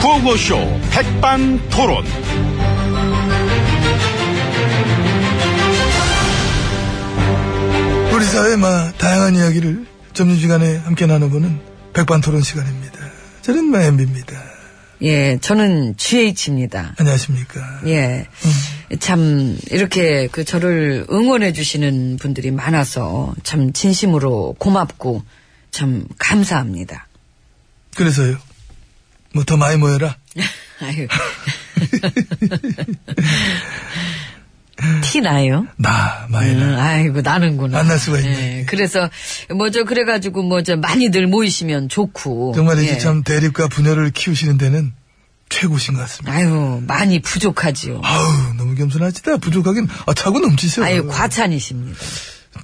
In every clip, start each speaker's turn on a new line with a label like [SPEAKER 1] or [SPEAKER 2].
[SPEAKER 1] 구호쇼 백반토론.
[SPEAKER 2] 우리 사회의 마, 다양한 이야기를 점심시간에 함께 나눠보는 백반토론 시간입니다. 저는 마엠비입니다.
[SPEAKER 3] 예, 저는 GH입니다.
[SPEAKER 2] 안녕하십니까.
[SPEAKER 3] 예. 참, 이렇게 그 저를 응원해주시는 분들이 많아서 참 진심으로 고맙고 참 감사합니다.
[SPEAKER 2] 그래서요. 뭐 더 많이 모여라.
[SPEAKER 3] 아유. 티 나요?
[SPEAKER 2] 나, 많이 나.
[SPEAKER 3] 음, 아이고 나는구나.
[SPEAKER 2] 만날 수가 있네.
[SPEAKER 3] 예, 그래서 뭐 저 그래가지고 뭐 저 많이들 모이시면 좋고.
[SPEAKER 2] 정말 이게
[SPEAKER 3] 예.
[SPEAKER 2] 참 대립과 분열을 키우시는 데는 최고신 것 같습니다.
[SPEAKER 3] 아유 많이 부족하지요.
[SPEAKER 2] 아우, 너무 겸손하시다. 부족하긴, 아, 차고 넘치세요.
[SPEAKER 3] 아유 과찬이십니다.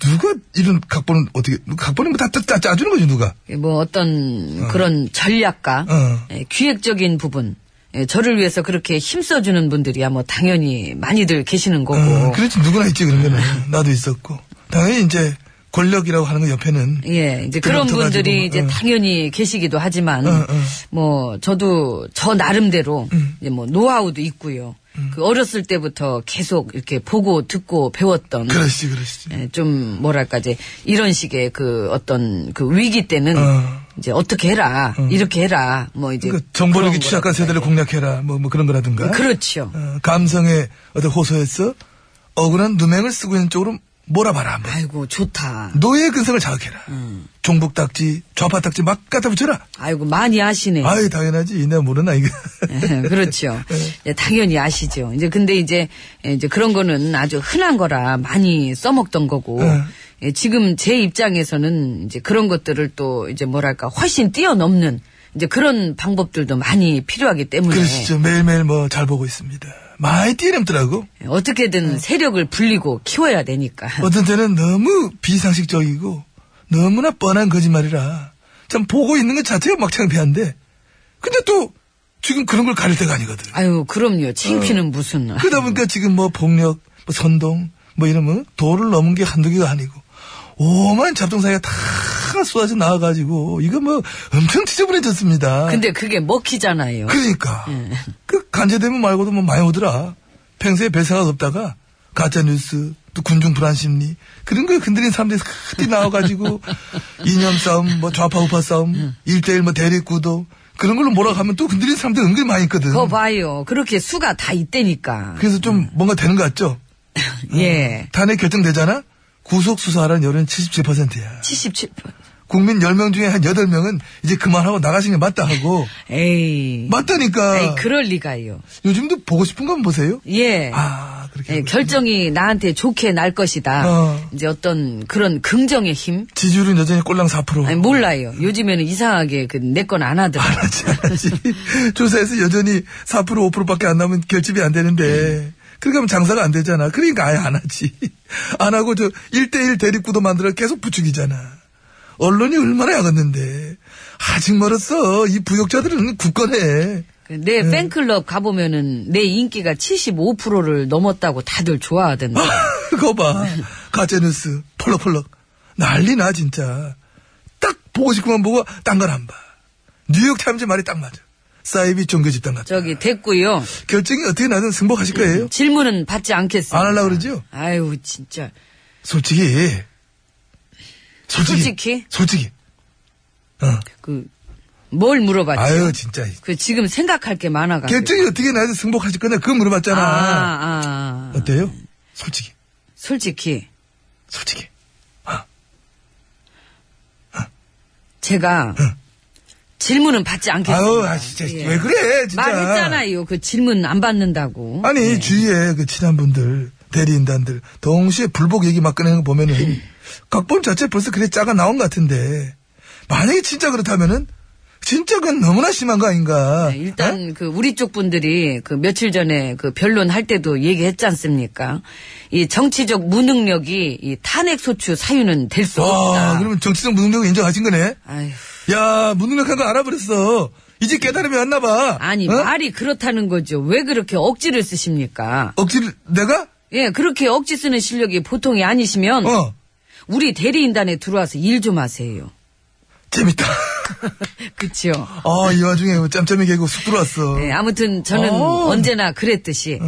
[SPEAKER 2] 누가 이런 각본은 어떻게, 각본은 다, 다, 다 짜주는 거지, 누가.
[SPEAKER 3] 뭐 어떤 그런 전략과
[SPEAKER 2] 어.
[SPEAKER 3] 예, 기획적인 부분. 예, 저를 위해서 그렇게 힘써주는 분들이야 뭐 당연히 많이들 계시는 거고.
[SPEAKER 2] 어, 그렇지, 누구나 있지, 그런 거는. 나도 있었고. 당연히 이제 권력이라고 하는 거 옆에는.
[SPEAKER 3] 예, 이제 그런
[SPEAKER 2] 들어가지고,
[SPEAKER 3] 분들이 이제
[SPEAKER 2] 어.
[SPEAKER 3] 당연히 계시기도 하지만,
[SPEAKER 2] 응, 응.
[SPEAKER 3] 뭐, 저도 저 나름대로,
[SPEAKER 2] 음.
[SPEAKER 3] 이제 뭐, 노하우도 있고요. 그 어렸을 때부터 계속 이렇게 보고 듣고 배웠던.
[SPEAKER 2] 그러시지, 그러시지.
[SPEAKER 3] 예, 좀, 뭐랄까, 이제, 이런 식의 그 어떤 그 위기 때는,
[SPEAKER 2] 어.
[SPEAKER 3] 이제 어떻게 해라, 이렇게 해라, 뭐 이제.
[SPEAKER 2] 그러니까 정보력이
[SPEAKER 3] 그런
[SPEAKER 2] 취약한 세대를 공략해라 뭐, 뭐 그런 거라든가
[SPEAKER 3] 거라. 그렇죠.
[SPEAKER 2] 어, 감성에 어떤 호소해서 억울한 누명을 쓰고 있는 쪽으로 몰아봐라 한번
[SPEAKER 3] 아이고, 좋다.
[SPEAKER 2] 노예의 근성을 자극해라
[SPEAKER 3] 음.
[SPEAKER 2] 종북 딱지 좌파 딱지 막 갖다 붙여라
[SPEAKER 3] 아이고, 많이 하시네.
[SPEAKER 2] 아유 네. 당연하지 이내 모르나 이거
[SPEAKER 3] 예, 그렇죠. 예, 당연히 아시죠. 이제 근데 이제 예, 이제 그런 거는 아주 흔한 거라 많이 써먹던 거고
[SPEAKER 2] 예.
[SPEAKER 3] 예, 지금 제 입장에서는 이제 그런 것들을 또 이제 뭐랄까 훨씬 뛰어넘는 이제 그런 방법들도 많이 필요하기 때문에
[SPEAKER 2] 그러시죠 매일매일 뭐 잘 보고 있습니다 많이 뛰어넘더라고
[SPEAKER 3] 예, 어떻게든 세력을 불리고 키워야 되니까.
[SPEAKER 2] 네. 어떤 네. 때는 너무 비상식적이고 너무나 뻔한 거짓말이라 참 보고 있는 것 자체가 막 창피한데 근데 또 지금 그런 걸 가릴 때가 아니거든
[SPEAKER 3] 아유 그럼요. 창피는 무슨.
[SPEAKER 2] 어. 그러다 보니까 지금 뭐 폭력, 뭐 선동, 뭐 이러면 도를 넘은 게 한두 개가 아니고, 오만 잡동사이가 다 쏟아져 나와가지고, 이거 뭐 엄청 지저분해졌습니다.
[SPEAKER 3] 근데 예. 그게 먹히잖아요.
[SPEAKER 2] 그러니까. 그 간제대문 말고도 뭐 많이 오더라. 평소에 별 생각 없다가, 가짜뉴스, 또 군중 불안 심리, 그런 걸 건드린 사람들이 흔히 나와가지고, 이념 싸움, 뭐 좌파 우파
[SPEAKER 3] 음.
[SPEAKER 2] 싸움, 일대일뭐 대립구도, 그런 걸로 몰아가면 또 건드린 사람들 은근히 많이 있거든.
[SPEAKER 3] 그거 봐요. 그렇게 수가 다 있다니까.
[SPEAKER 2] 그래서 좀 뭔가 되는 것 같죠?
[SPEAKER 3] 예.
[SPEAKER 2] 탄핵 결정되잖아? 구속수사하라는 여론은 77%야.
[SPEAKER 3] 77분.
[SPEAKER 2] 국민 10명 중에 한 8명은 이제 그만하고 나가시는 게 맞다 하고.
[SPEAKER 3] 에이.
[SPEAKER 2] 뭐? 맞다니까.
[SPEAKER 3] 에이, 그럴 리가요.
[SPEAKER 2] 요즘도 보고 싶은 건 보세요?
[SPEAKER 3] 예.
[SPEAKER 2] 아, 그렇게.
[SPEAKER 3] 예,
[SPEAKER 2] 하고
[SPEAKER 3] 결정이 나한테 좋게 날 것이다.
[SPEAKER 2] 어.
[SPEAKER 3] 이제 어떤 그런 긍정의 힘?
[SPEAKER 2] 있어요. 지지율은 여전히 꼴랑 4%.
[SPEAKER 3] 아니, 몰라요. 요즘에는 이상하게 그 내 건 안 하더라.
[SPEAKER 2] 알았지, 알았지. 조사에서 여전히 4% 5%밖에 안 나면 결집이 안 되는데. 그러니까 하면 장사가 안 되잖아. 그러니까 아예 안 하지. 안 하고 저 1대1 대립구도 만들어 계속 부추기잖아. 언론이 얼마나 약었는데. 아직 멀었어. 이 부역자들은 굳건해.
[SPEAKER 3] 그내
[SPEAKER 2] 음.
[SPEAKER 3] 팬클럽 가보면은 내 인기가 75%를 넘었다고 다들 좋아하던데.
[SPEAKER 2] 어. 그거 봐. 가짜뉴스. 펄럭펄럭. 난리 나, 진짜. 딱 보고 싶구만 보고, 딴 건 안 봐. 뉴욕타임즈 말이 딱 맞아. 사이비 종교 집단 같아.
[SPEAKER 3] 저기 됐고요.
[SPEAKER 2] 결정이 어떻게 나든 승복하실 거예요?
[SPEAKER 3] 질문은 받지 않겠습니다.
[SPEAKER 2] 안 하려고 그러죠?
[SPEAKER 3] 아유, 진짜.
[SPEAKER 2] 솔직히. 솔직히.
[SPEAKER 3] 솔직히?
[SPEAKER 2] 솔직히. 어.
[SPEAKER 3] 그, 뭘 물어봤죠?
[SPEAKER 2] 아유, 진짜.
[SPEAKER 3] 그 지금 생각할 게 많아가지고.
[SPEAKER 2] 결정이 어떻게 나든 승복하실 거냐? 그거
[SPEAKER 3] 아,
[SPEAKER 2] 물어봤잖아.
[SPEAKER 3] 아.
[SPEAKER 2] 어때요? 솔직히.
[SPEAKER 3] 솔직히.
[SPEAKER 2] 솔직히.
[SPEAKER 3] 제가 질문은 받지 않겠습니다.
[SPEAKER 2] 아유, 아, 진짜.
[SPEAKER 3] 예.
[SPEAKER 2] 왜 그래, 진짜.
[SPEAKER 3] 말했잖아요. 예. 그 질문 안 받는다고.
[SPEAKER 2] 아니 주위에 그 친한 분들 대리인단들 동시에 불복 얘기 막 꺼내는 거 보면은 각본 자체 벌써 그래 짜가 나온 것 같은데 만약에 진짜 그렇다면은 진짜 그건 너무나 심한 거 아닌가
[SPEAKER 3] 네, 일단 그 우리 쪽 분들이 그 며칠 전에 그 변론 할 때도 얘기했지 않습니까? 이 정치적 무능력이 이 탄핵 소추 사유는 될 수
[SPEAKER 2] 어? 와
[SPEAKER 3] 없다.
[SPEAKER 2] 그러면 정치적 무능력을 인정하신 거네
[SPEAKER 3] 아휴,
[SPEAKER 2] 야 무능력한 거 알아버렸어 이제 깨달음이 왔나 봐
[SPEAKER 3] 아니
[SPEAKER 2] 어?
[SPEAKER 3] 말이 그렇다는 거죠. 왜 그렇게 억지를 쓰십니까?
[SPEAKER 2] 억지를 내가
[SPEAKER 3] 예, 그렇게 억지 쓰는 실력이 보통이 아니시면
[SPEAKER 2] 어
[SPEAKER 3] 우리 대리인단에 들어와서 일 좀 하세요.
[SPEAKER 2] 재밌다
[SPEAKER 3] 그치요.
[SPEAKER 2] 아, 이 와중에 짬짬이 개그 쑥 들어왔어.
[SPEAKER 3] 네, 아무튼 저는
[SPEAKER 2] 어.
[SPEAKER 3] 언제나 그랬듯이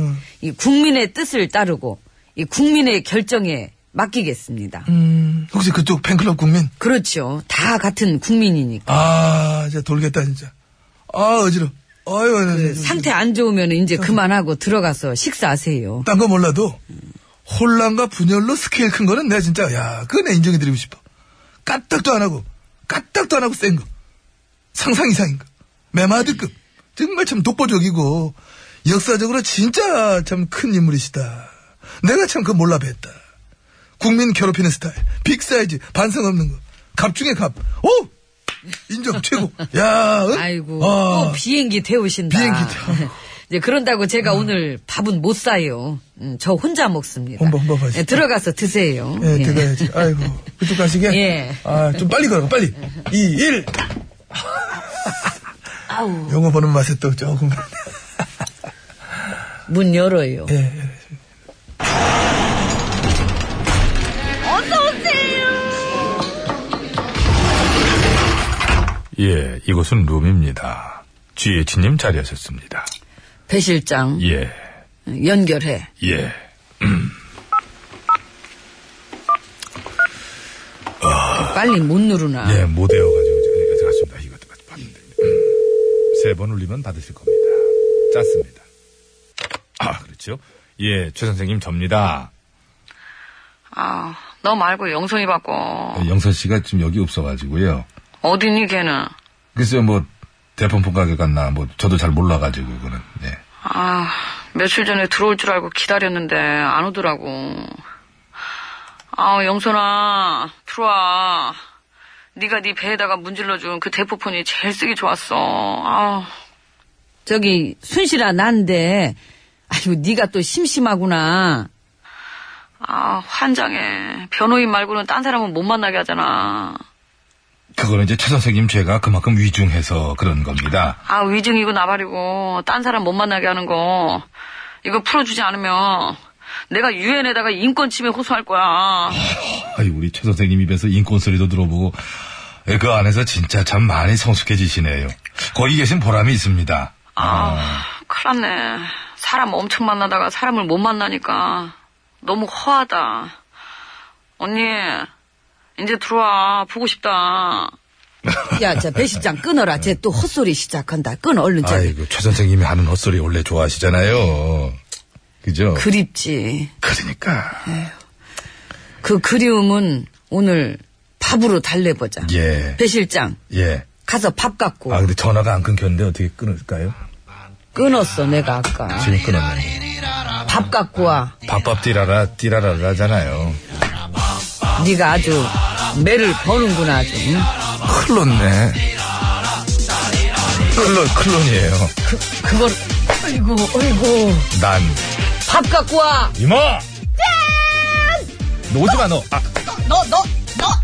[SPEAKER 3] 이 국민의 뜻을 따르고 이 국민의 결정에 맡기겠습니다.
[SPEAKER 2] 음, 혹시 그쪽 팬클럽 국민?
[SPEAKER 3] 그렇죠. 다 같은 국민이니까.
[SPEAKER 2] 아, 이제 돌겠다, 진짜. 아, 어지러. 아유, 아유, 아유.
[SPEAKER 3] 네, 상태 안 좋으면 이제
[SPEAKER 2] 그렇죠.
[SPEAKER 3] 그만하고 들어가서 식사하세요.
[SPEAKER 2] 딴거 몰라도, 혼란과 분열로 스케일 큰 거는 내가 진짜, 야, 그거 내 인정해드리고 싶어. 까딱도 안 하고, 까딱도 안 하고 센 거. 상상 이상인 거. 메마드급. 정말 참 독보적이고, 역사적으로 진짜 참 큰 인물이시다. 내가 참 그거 몰라 뵀다. 국민 괴롭히는 스타일. 빅사이즈, 반성 없는 거. 갑 중에 갑. 오! 인정, 최고. 야, 응?
[SPEAKER 3] 아이고
[SPEAKER 2] 아.
[SPEAKER 3] 또 비행기 태우신다.
[SPEAKER 2] 비행기 어. 태워.
[SPEAKER 3] 이제 그런다고 제가 오늘 밥은 못 사요. 음, 저 혼자 먹습니다.
[SPEAKER 2] 혼밥, 혼밥 하시죠.
[SPEAKER 3] 예, 들어가서 드세요.
[SPEAKER 2] 예,
[SPEAKER 3] 예.
[SPEAKER 2] 들어가야지. 아이고. 그쪽 가시게?
[SPEAKER 3] 예.
[SPEAKER 2] 아, 좀 빨리 걸어가, 빨리. 2, 1.
[SPEAKER 3] 아우
[SPEAKER 2] 영어 보는 맛에 또 조금.
[SPEAKER 3] 문 열어요.
[SPEAKER 2] 예, 예.
[SPEAKER 1] 예, 이곳은 룸입니다. GH님 자리하셨습니다.
[SPEAKER 3] 배 실장
[SPEAKER 1] 예,
[SPEAKER 3] 연결해.
[SPEAKER 1] 예.
[SPEAKER 3] 빨리 못 누르나.
[SPEAKER 1] 예, 못 외워가지고 지금 제가 습니다 이것도 같이 봤는데. 음. 세 번 울리면 받으실 겁니다. 짰습니다. 아, 그렇죠. 예, 최 선생님 접니다.
[SPEAKER 3] 아, 너 말고 영선이 바꿔.
[SPEAKER 1] 네, 영선 씨가 지금 여기 없어가지고요.
[SPEAKER 3] 어디니 걔는?
[SPEAKER 1] 글쎄요, 뭐, 대pon폰 가게 갔나, 뭐, 저도 잘 몰라가지고, 그거는, 예.
[SPEAKER 3] 아, 며칠 전에 들어올 줄 알고 기다렸는데 안 오더라고. 아, 영선아, 들어와. 네가 네 배에다가 문질러준 그 대포폰이 제일 쓰기 좋았어. 아. 저기 순실아 난데. 아이고 네가 또 심심하구나. 아, 환장해. 변호인 말고는 딴 사람은 못 만나게 하잖아.
[SPEAKER 1] 그거는 이제 최 선생님 죄가 그만큼 위중해서 그런 겁니다.
[SPEAKER 3] 아, 위증이고 나발이고 딴 사람 못 만나게 하는 거 이거 풀어주지 않으면 내가 유엔에다가 인권 침해 호소할 거야.
[SPEAKER 1] 아이, 우리 최 선생님 입에서 인권 소리도 들어보고, 예, 그 안에서 진짜 참 많이 성숙해지시네요. 거기 계신 보람이 있습니다.
[SPEAKER 3] 아, 큰일 났네. 사람 엄청 만나다가 사람을 못 만나니까 너무 허하다. 언니, 이제 들어와. 보고 싶다. 야, 자, 배 실장 끊어라. 쟤 또 헛소리 시작한다. 끊어, 얼른
[SPEAKER 1] 아이고, 최 선생님이 하는 헛소리 원래 좋아하시잖아요. 그죠? 그...
[SPEAKER 3] 그립지. 네.
[SPEAKER 1] 러니까
[SPEAKER 3] 그 그리움은 오늘 밥으로 달래보자.
[SPEAKER 1] 예.
[SPEAKER 3] 배 실장,
[SPEAKER 1] 예.
[SPEAKER 3] 가서 밥 갖고
[SPEAKER 1] 아, 근데 전화가 안 끊겼는데 어떻게 끊을까요?
[SPEAKER 3] 끊었어 내가 아까
[SPEAKER 1] 지금 끊었네.
[SPEAKER 3] 밥 갖고 와
[SPEAKER 1] 밥밥 띠라라, 띠라라라잖아요.
[SPEAKER 3] 네가 아주 매를 버는구나 아주 응?
[SPEAKER 1] 클론네. 클론, 클론이에요.
[SPEAKER 3] 그, 그걸 아이고 아이고
[SPEAKER 1] 난.
[SPEAKER 3] 밥 갖고 와너
[SPEAKER 1] 이마! 너 오지 마, 너. 아,
[SPEAKER 3] 너, 너,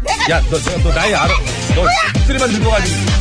[SPEAKER 3] 내가
[SPEAKER 1] 야, 너, 너, 너 나이 알아. 너 목소리만 늙어가지고.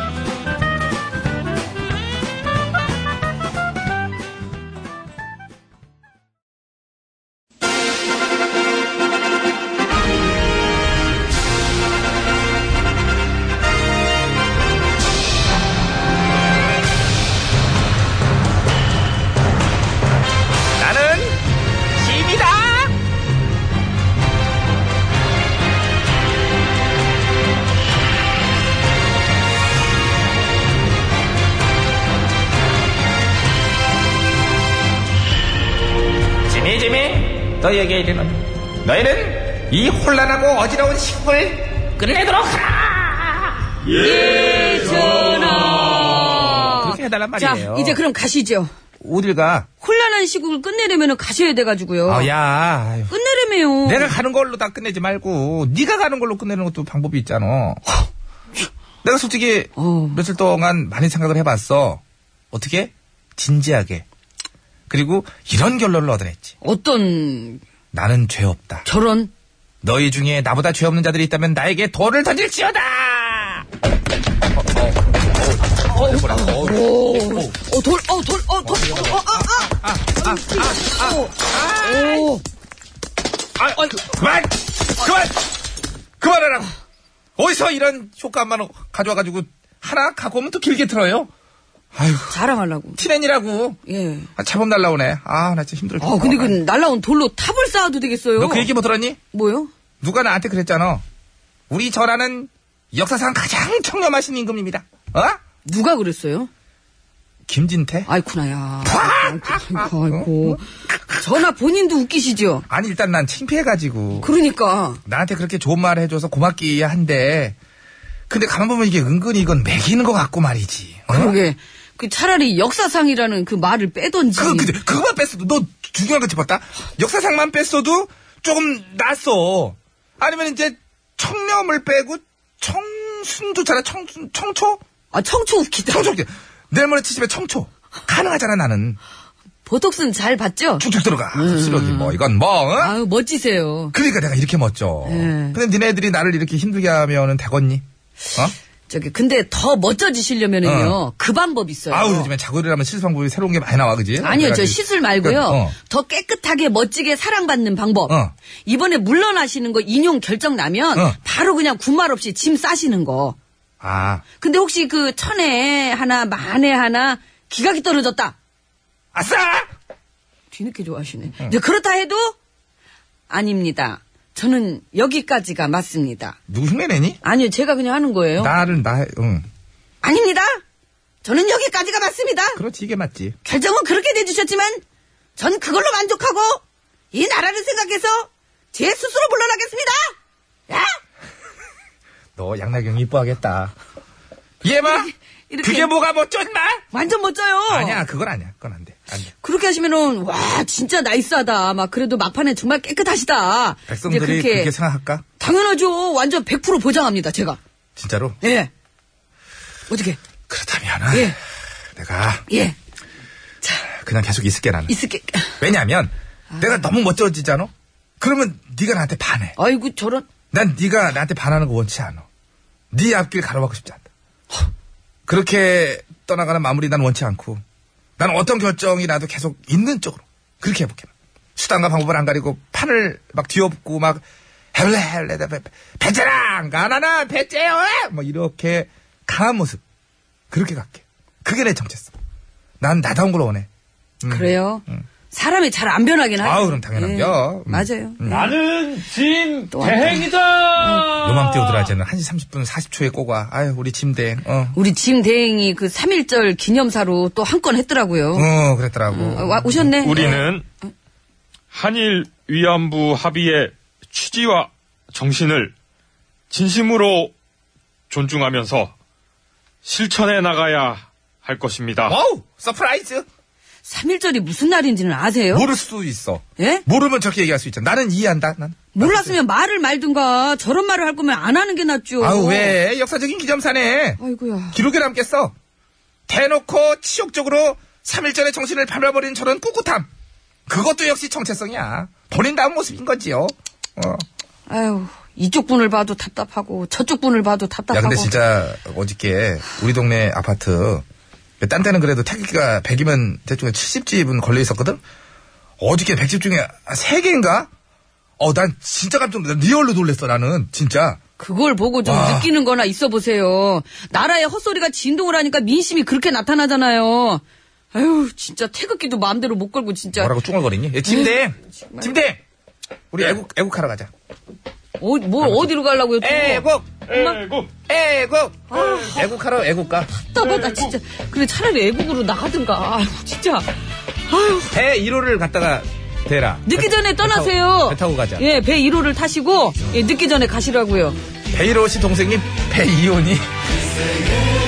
[SPEAKER 4] 나는 요즘에 너희에게 이르노니 너희는 이 혼란하고 어지러운 시국을 끝내도록 하라
[SPEAKER 3] 예, 전하.
[SPEAKER 4] 그렇게 해달란
[SPEAKER 3] 어, 자,
[SPEAKER 4] 말이에요
[SPEAKER 3] 이제 그럼 가시죠.
[SPEAKER 4] 어딜 가?
[SPEAKER 3] 혼란한 시국을 끝내려면 가셔야 돼가지고요.
[SPEAKER 4] 아야 아유.
[SPEAKER 3] 끝내려면요.
[SPEAKER 4] 내가 가는 걸로 다 끝내지 말고 네가 가는 걸로 끝내는 것도 방법이 있잖아. 내가 솔직히
[SPEAKER 3] 어.
[SPEAKER 4] 며칠 동안 많이 생각을 해봤어. 어떻게 진지하게 그리고 이런 결론을 얻어냈지.
[SPEAKER 3] 어떤
[SPEAKER 4] 나는 죄 없다.
[SPEAKER 3] 저런
[SPEAKER 4] 너희 중에 나보다 죄 없는 자들이 있다면 나에게 돌을 던질지어다. 어, 어, 어, 뭐라, 어,
[SPEAKER 3] 어 돌 어 돌 어 돌 어아아아아오
[SPEAKER 4] 아, 그만! 그만! 그만하라고! 어디서 이런 효과만 가져와가지고 하나 갖고 오면 또 길게 틀어요? 아휴,
[SPEAKER 3] 자랑하려고
[SPEAKER 4] 티넨이라고.
[SPEAKER 3] 예.
[SPEAKER 4] 아, 제법 날라오네. 아, 나 진짜 힘들어.
[SPEAKER 3] 아 근데 그 날라온 돌로 탑을 쌓아도 되겠어요.
[SPEAKER 4] 너그 얘기 못 들었니?
[SPEAKER 3] 뭐요?
[SPEAKER 4] 누가 나한테 그랬잖아. 우리 전하는 역사상 가장 청렴하신 임금입니다. 어?
[SPEAKER 3] 누가 그랬어요?
[SPEAKER 4] 김진태?
[SPEAKER 3] 아이쿠나야. 아이쿠, 아이쿠, 아이고. 전화 본인도 웃기시죠?
[SPEAKER 4] 아니, 일단 난 창피해가지고.
[SPEAKER 3] 그러니까.
[SPEAKER 4] 나한테 그렇게 좋은 말 해줘서 고맙기 한데. 근데 가만 보면 이게 은근히 이건 매기는 것 같고 말이지. 어?
[SPEAKER 3] 그러게. 그 차라리 역사상이라는 그 말을 빼던지.
[SPEAKER 4] 그거, 근데 그거만 뺐어도, 너 중요한 거 짚었다? 역사상만 뺐어도 조금 낫어. 아니면 이제 청렴을 빼고 청순조차나 청, 청초?
[SPEAKER 3] 아, 청초 웃기다.
[SPEAKER 4] 청초. 내일모레 치집에 청초. 가능하잖아, 나는.
[SPEAKER 3] 보톡스는 잘 봤죠?
[SPEAKER 4] 쭉쭉 들어가. 흡수력이 뭐, 이건 뭐, 어?
[SPEAKER 3] 음. 아유, 멋지세요.
[SPEAKER 4] 그러니까 내가 이렇게 멋져.
[SPEAKER 3] 예.
[SPEAKER 4] 근데 니네들이 나를 이렇게 힘들게 하면은 되겠니? 어?
[SPEAKER 3] 저기, 근데 더 멋져지시려면은요, 그 방법 있어요.
[SPEAKER 4] 아우, 요즘에 자고 일어나면 시술 방법이 새로운 게 많이 나와, 그지?
[SPEAKER 3] 아니요, 저
[SPEAKER 4] 그래가지고.
[SPEAKER 3] 시술 말고요.
[SPEAKER 4] 어.
[SPEAKER 3] 더 깨끗하게 멋지게 사랑받는 방법.
[SPEAKER 4] 어.
[SPEAKER 3] 이번에 물러나시는 거 인용 결정 나면
[SPEAKER 4] 어.
[SPEAKER 3] 바로 그냥 군말 없이 짐 싸시는 거.
[SPEAKER 4] 아.
[SPEAKER 3] 근데 혹시 그 천에 하나, 만에 하나 기각이 떨어졌다.
[SPEAKER 4] 아싸!
[SPEAKER 3] 뒤늦게 좋아하시네. 근데 그렇다 해도 아닙니다. 저는 여기까지가 맞습니다.
[SPEAKER 4] 누구 흉내내니?
[SPEAKER 3] 아니요, 제가 그냥 하는 거예요.
[SPEAKER 4] 나를, 나, 응.
[SPEAKER 3] 아닙니다. 저는 여기까지가 맞습니다.
[SPEAKER 4] 그렇지, 이게 맞지.
[SPEAKER 3] 결정은 그렇게 내주셨지만 전 그걸로 만족하고 이 나라를 생각해서 제 스스로 물러나겠습니다. 야!
[SPEAKER 4] 너 양날경 이뻐하겠다. 얘마
[SPEAKER 3] 이렇게- 어.
[SPEAKER 4] 그게 뭐가 멋져 임마?
[SPEAKER 3] 완전 멋져요.
[SPEAKER 4] 아니야 그건 아니야 그건 안돼 안돼.
[SPEAKER 3] 그렇게 하시면은 와 진짜 나이스하다. 막 그래도 막판에 정말 깨끗하시다.
[SPEAKER 4] 백성들이
[SPEAKER 3] 이제
[SPEAKER 4] 그렇게... 생각할까?
[SPEAKER 3] 당연하죠. 완전 100% 보장합니다. 제가.
[SPEAKER 4] 진짜로?
[SPEAKER 3] 예. 어떻게?
[SPEAKER 4] 그렇다면
[SPEAKER 3] 예.
[SPEAKER 4] 내가
[SPEAKER 3] 예.
[SPEAKER 4] 그냥 계속 있을게 나는.
[SPEAKER 3] 있을게.
[SPEAKER 4] 왜냐면
[SPEAKER 3] 아.
[SPEAKER 4] 내가 너무 멋져지잖아. 그러면 네가 나한테 반해.
[SPEAKER 3] 아이고 저런.
[SPEAKER 4] 난 네가 나한테 반하는 거 원치 않아. 네 앞길 가로막고 싶지 않다. 허, 그렇게 떠나가는 마무리 난 원치 않고 난 어떤 결정이라도 계속 있는 쪽으로 그렇게 해볼게. 수단과 방법을 안 가리고 판을 막 뒤엎고 막 헬레 헬레 배- 배- 배째랑 가나나 배째요 뭐 이렇게 강한 모습 그렇게 갈게. 그게 내 정체성. 난 나다운 걸 원해.
[SPEAKER 3] 그래요. 사람이 잘 안 변하긴
[SPEAKER 4] 음.
[SPEAKER 3] 하죠. 예.
[SPEAKER 4] 아우, 그럼 당연하죠. 음.
[SPEAKER 3] 맞아요.
[SPEAKER 5] 나는 짐
[SPEAKER 3] 또 왔다.
[SPEAKER 5] 대행이다.
[SPEAKER 4] 요맘때 오더라 쟤는 1시 30분 40초에 꼬가. 아유 우리 침대. 어.
[SPEAKER 3] 우리 짐 대행이 그 3.1절 기념사로 또 한 건 했더라고요.
[SPEAKER 4] 어 그랬더라고.
[SPEAKER 3] 어, 와- 오셨네.
[SPEAKER 5] 우리는 한일 위안부 합의의 취지와 정신을 진심으로 존중하면서 실천해 나가야 할 것입니다.
[SPEAKER 4] 와우 서프라이즈.
[SPEAKER 3] 3.1절이 무슨 날인지는 아세요?
[SPEAKER 4] 모를 수도 있어.
[SPEAKER 3] 예?
[SPEAKER 4] 모르면 저렇게 얘기할 수 있잖아. 나는 이해한다. 난.
[SPEAKER 3] 몰랐으면 말을 말든가 저런 말을 할 거면 안 하는 게 낫죠.
[SPEAKER 4] 아우 왜 역사적인 기념사네.
[SPEAKER 3] 아이고야.
[SPEAKER 4] 기록에 남겠어. 대놓고 치욕적으로 3일전의 정신을 밟아버린 저런 꿋꿋함. 그것도 역시 정체성이야. 본인 다운 모습인 거지요. 어.
[SPEAKER 3] 아유 이쪽 분을 봐도 답답하고 저쪽 분을 봐도 답답하고.
[SPEAKER 4] 야 근데 진짜 어저께 우리 동네 아파트 딴 데는 그래도 태극기가 100이면 대충 70집은 걸려 있었거든. 어저께 100집 중에 한 3개인가? 어, 난 진짜 깜짝 놀랐, 리얼로 놀랬어, 나는. 진짜.
[SPEAKER 3] 그걸 보고 좀
[SPEAKER 4] 와.
[SPEAKER 3] 느끼는 거나 있어 보세요. 나라의 헛소리가 진동을 하니까 민심이 그렇게 나타나잖아요. 아유, 진짜 태극기도 마음대로 못 걸고 진짜.
[SPEAKER 4] 뭐라고 쭝얼거리니? 예, 침대! 침대! 우리 애국, 애국하러 가자.
[SPEAKER 3] 어, 뭘 어디로 가려고요? 또?
[SPEAKER 5] 뭐.
[SPEAKER 4] 애국!
[SPEAKER 5] 에고
[SPEAKER 4] 애국!
[SPEAKER 3] 아.
[SPEAKER 4] 애국하러 애국 가.
[SPEAKER 3] 답답하다, 뭐, 진짜. 그래, 차라리 애국으로 나가든가. 아, 아유, 진짜.
[SPEAKER 4] 대 1호를 갔다가
[SPEAKER 5] 대라.
[SPEAKER 3] 늦기 전에 떠나세요.
[SPEAKER 5] 배 타고 가자.
[SPEAKER 3] 예, 배 1호를 타시고 예, 늦기 전에 가시라고요.
[SPEAKER 5] 베이로시 동생인 베이온이